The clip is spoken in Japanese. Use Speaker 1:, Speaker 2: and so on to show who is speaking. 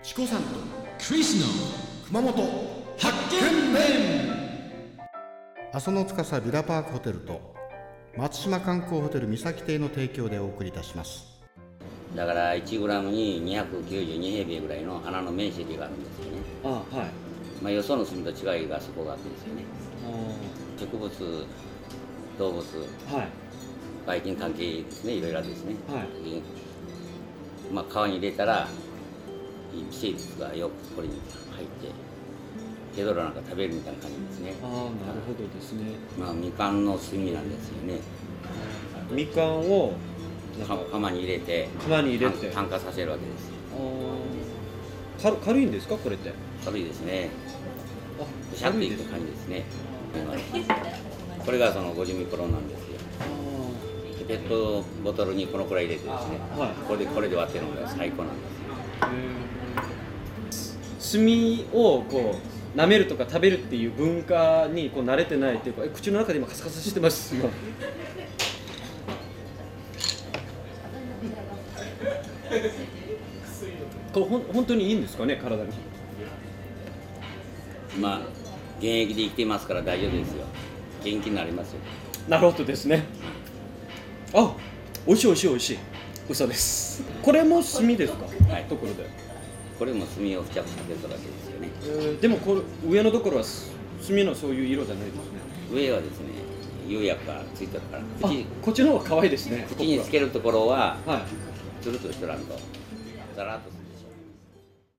Speaker 1: チコさんとクリスの熊本発見面
Speaker 2: 阿蘇の司ビラパークホテルと松島観光ホテル三崎邸の提供でお送りいたします
Speaker 3: だから1グラムに292平米ぐらいの穴の面積があるんですよね、
Speaker 1: あはい
Speaker 3: まあ、よその住みと違いがそこがあるんですよね植物動物
Speaker 1: あはい
Speaker 3: 外見関係ですねいろいろあるんですね、
Speaker 1: はい
Speaker 3: まあ、川に入れたら微生物がよくこれに入ってヘドロなんか食べるみたいな感じですね
Speaker 1: ああなるほどですね
Speaker 3: まあみかんの炭なんですよね
Speaker 1: みかんをなん
Speaker 3: か
Speaker 1: か
Speaker 3: 釜に入れて
Speaker 1: 釜に入れて
Speaker 3: 炭炭化させるわけですよ
Speaker 1: あー軽軽いんですかこれってあ
Speaker 3: 軽いですねシャッといく感じですね。これがその50ミクロンなんですよ。
Speaker 1: あ
Speaker 3: でペットボトルにこのくらい入れてですね。
Speaker 1: ーはい
Speaker 3: これでこれで割ってるのが最高なんですよ。
Speaker 1: 炭をこう舐めるとか食べるっていう文化にこう慣れてないっていうかえ口の中で今カサカサしてますよこれほん本当にいいんですかね体に
Speaker 3: まあ現役で生きていますから大丈夫ですよ。元気になりますよ。
Speaker 1: なるほどですねあ美味しい美味しい美味しい嘘ですこれも炭ですか
Speaker 3: はい
Speaker 1: ところで、
Speaker 3: これも炭を付着させただけですよね。
Speaker 1: えーでもこれ上のところは炭のそういう色じゃないですね
Speaker 3: 上はですね、釉薬がついてるから
Speaker 1: あ
Speaker 3: 口
Speaker 1: こっちの方が可愛いですね
Speaker 3: 口につけるところは
Speaker 1: はい
Speaker 3: つるっとしとらんとザラッとする。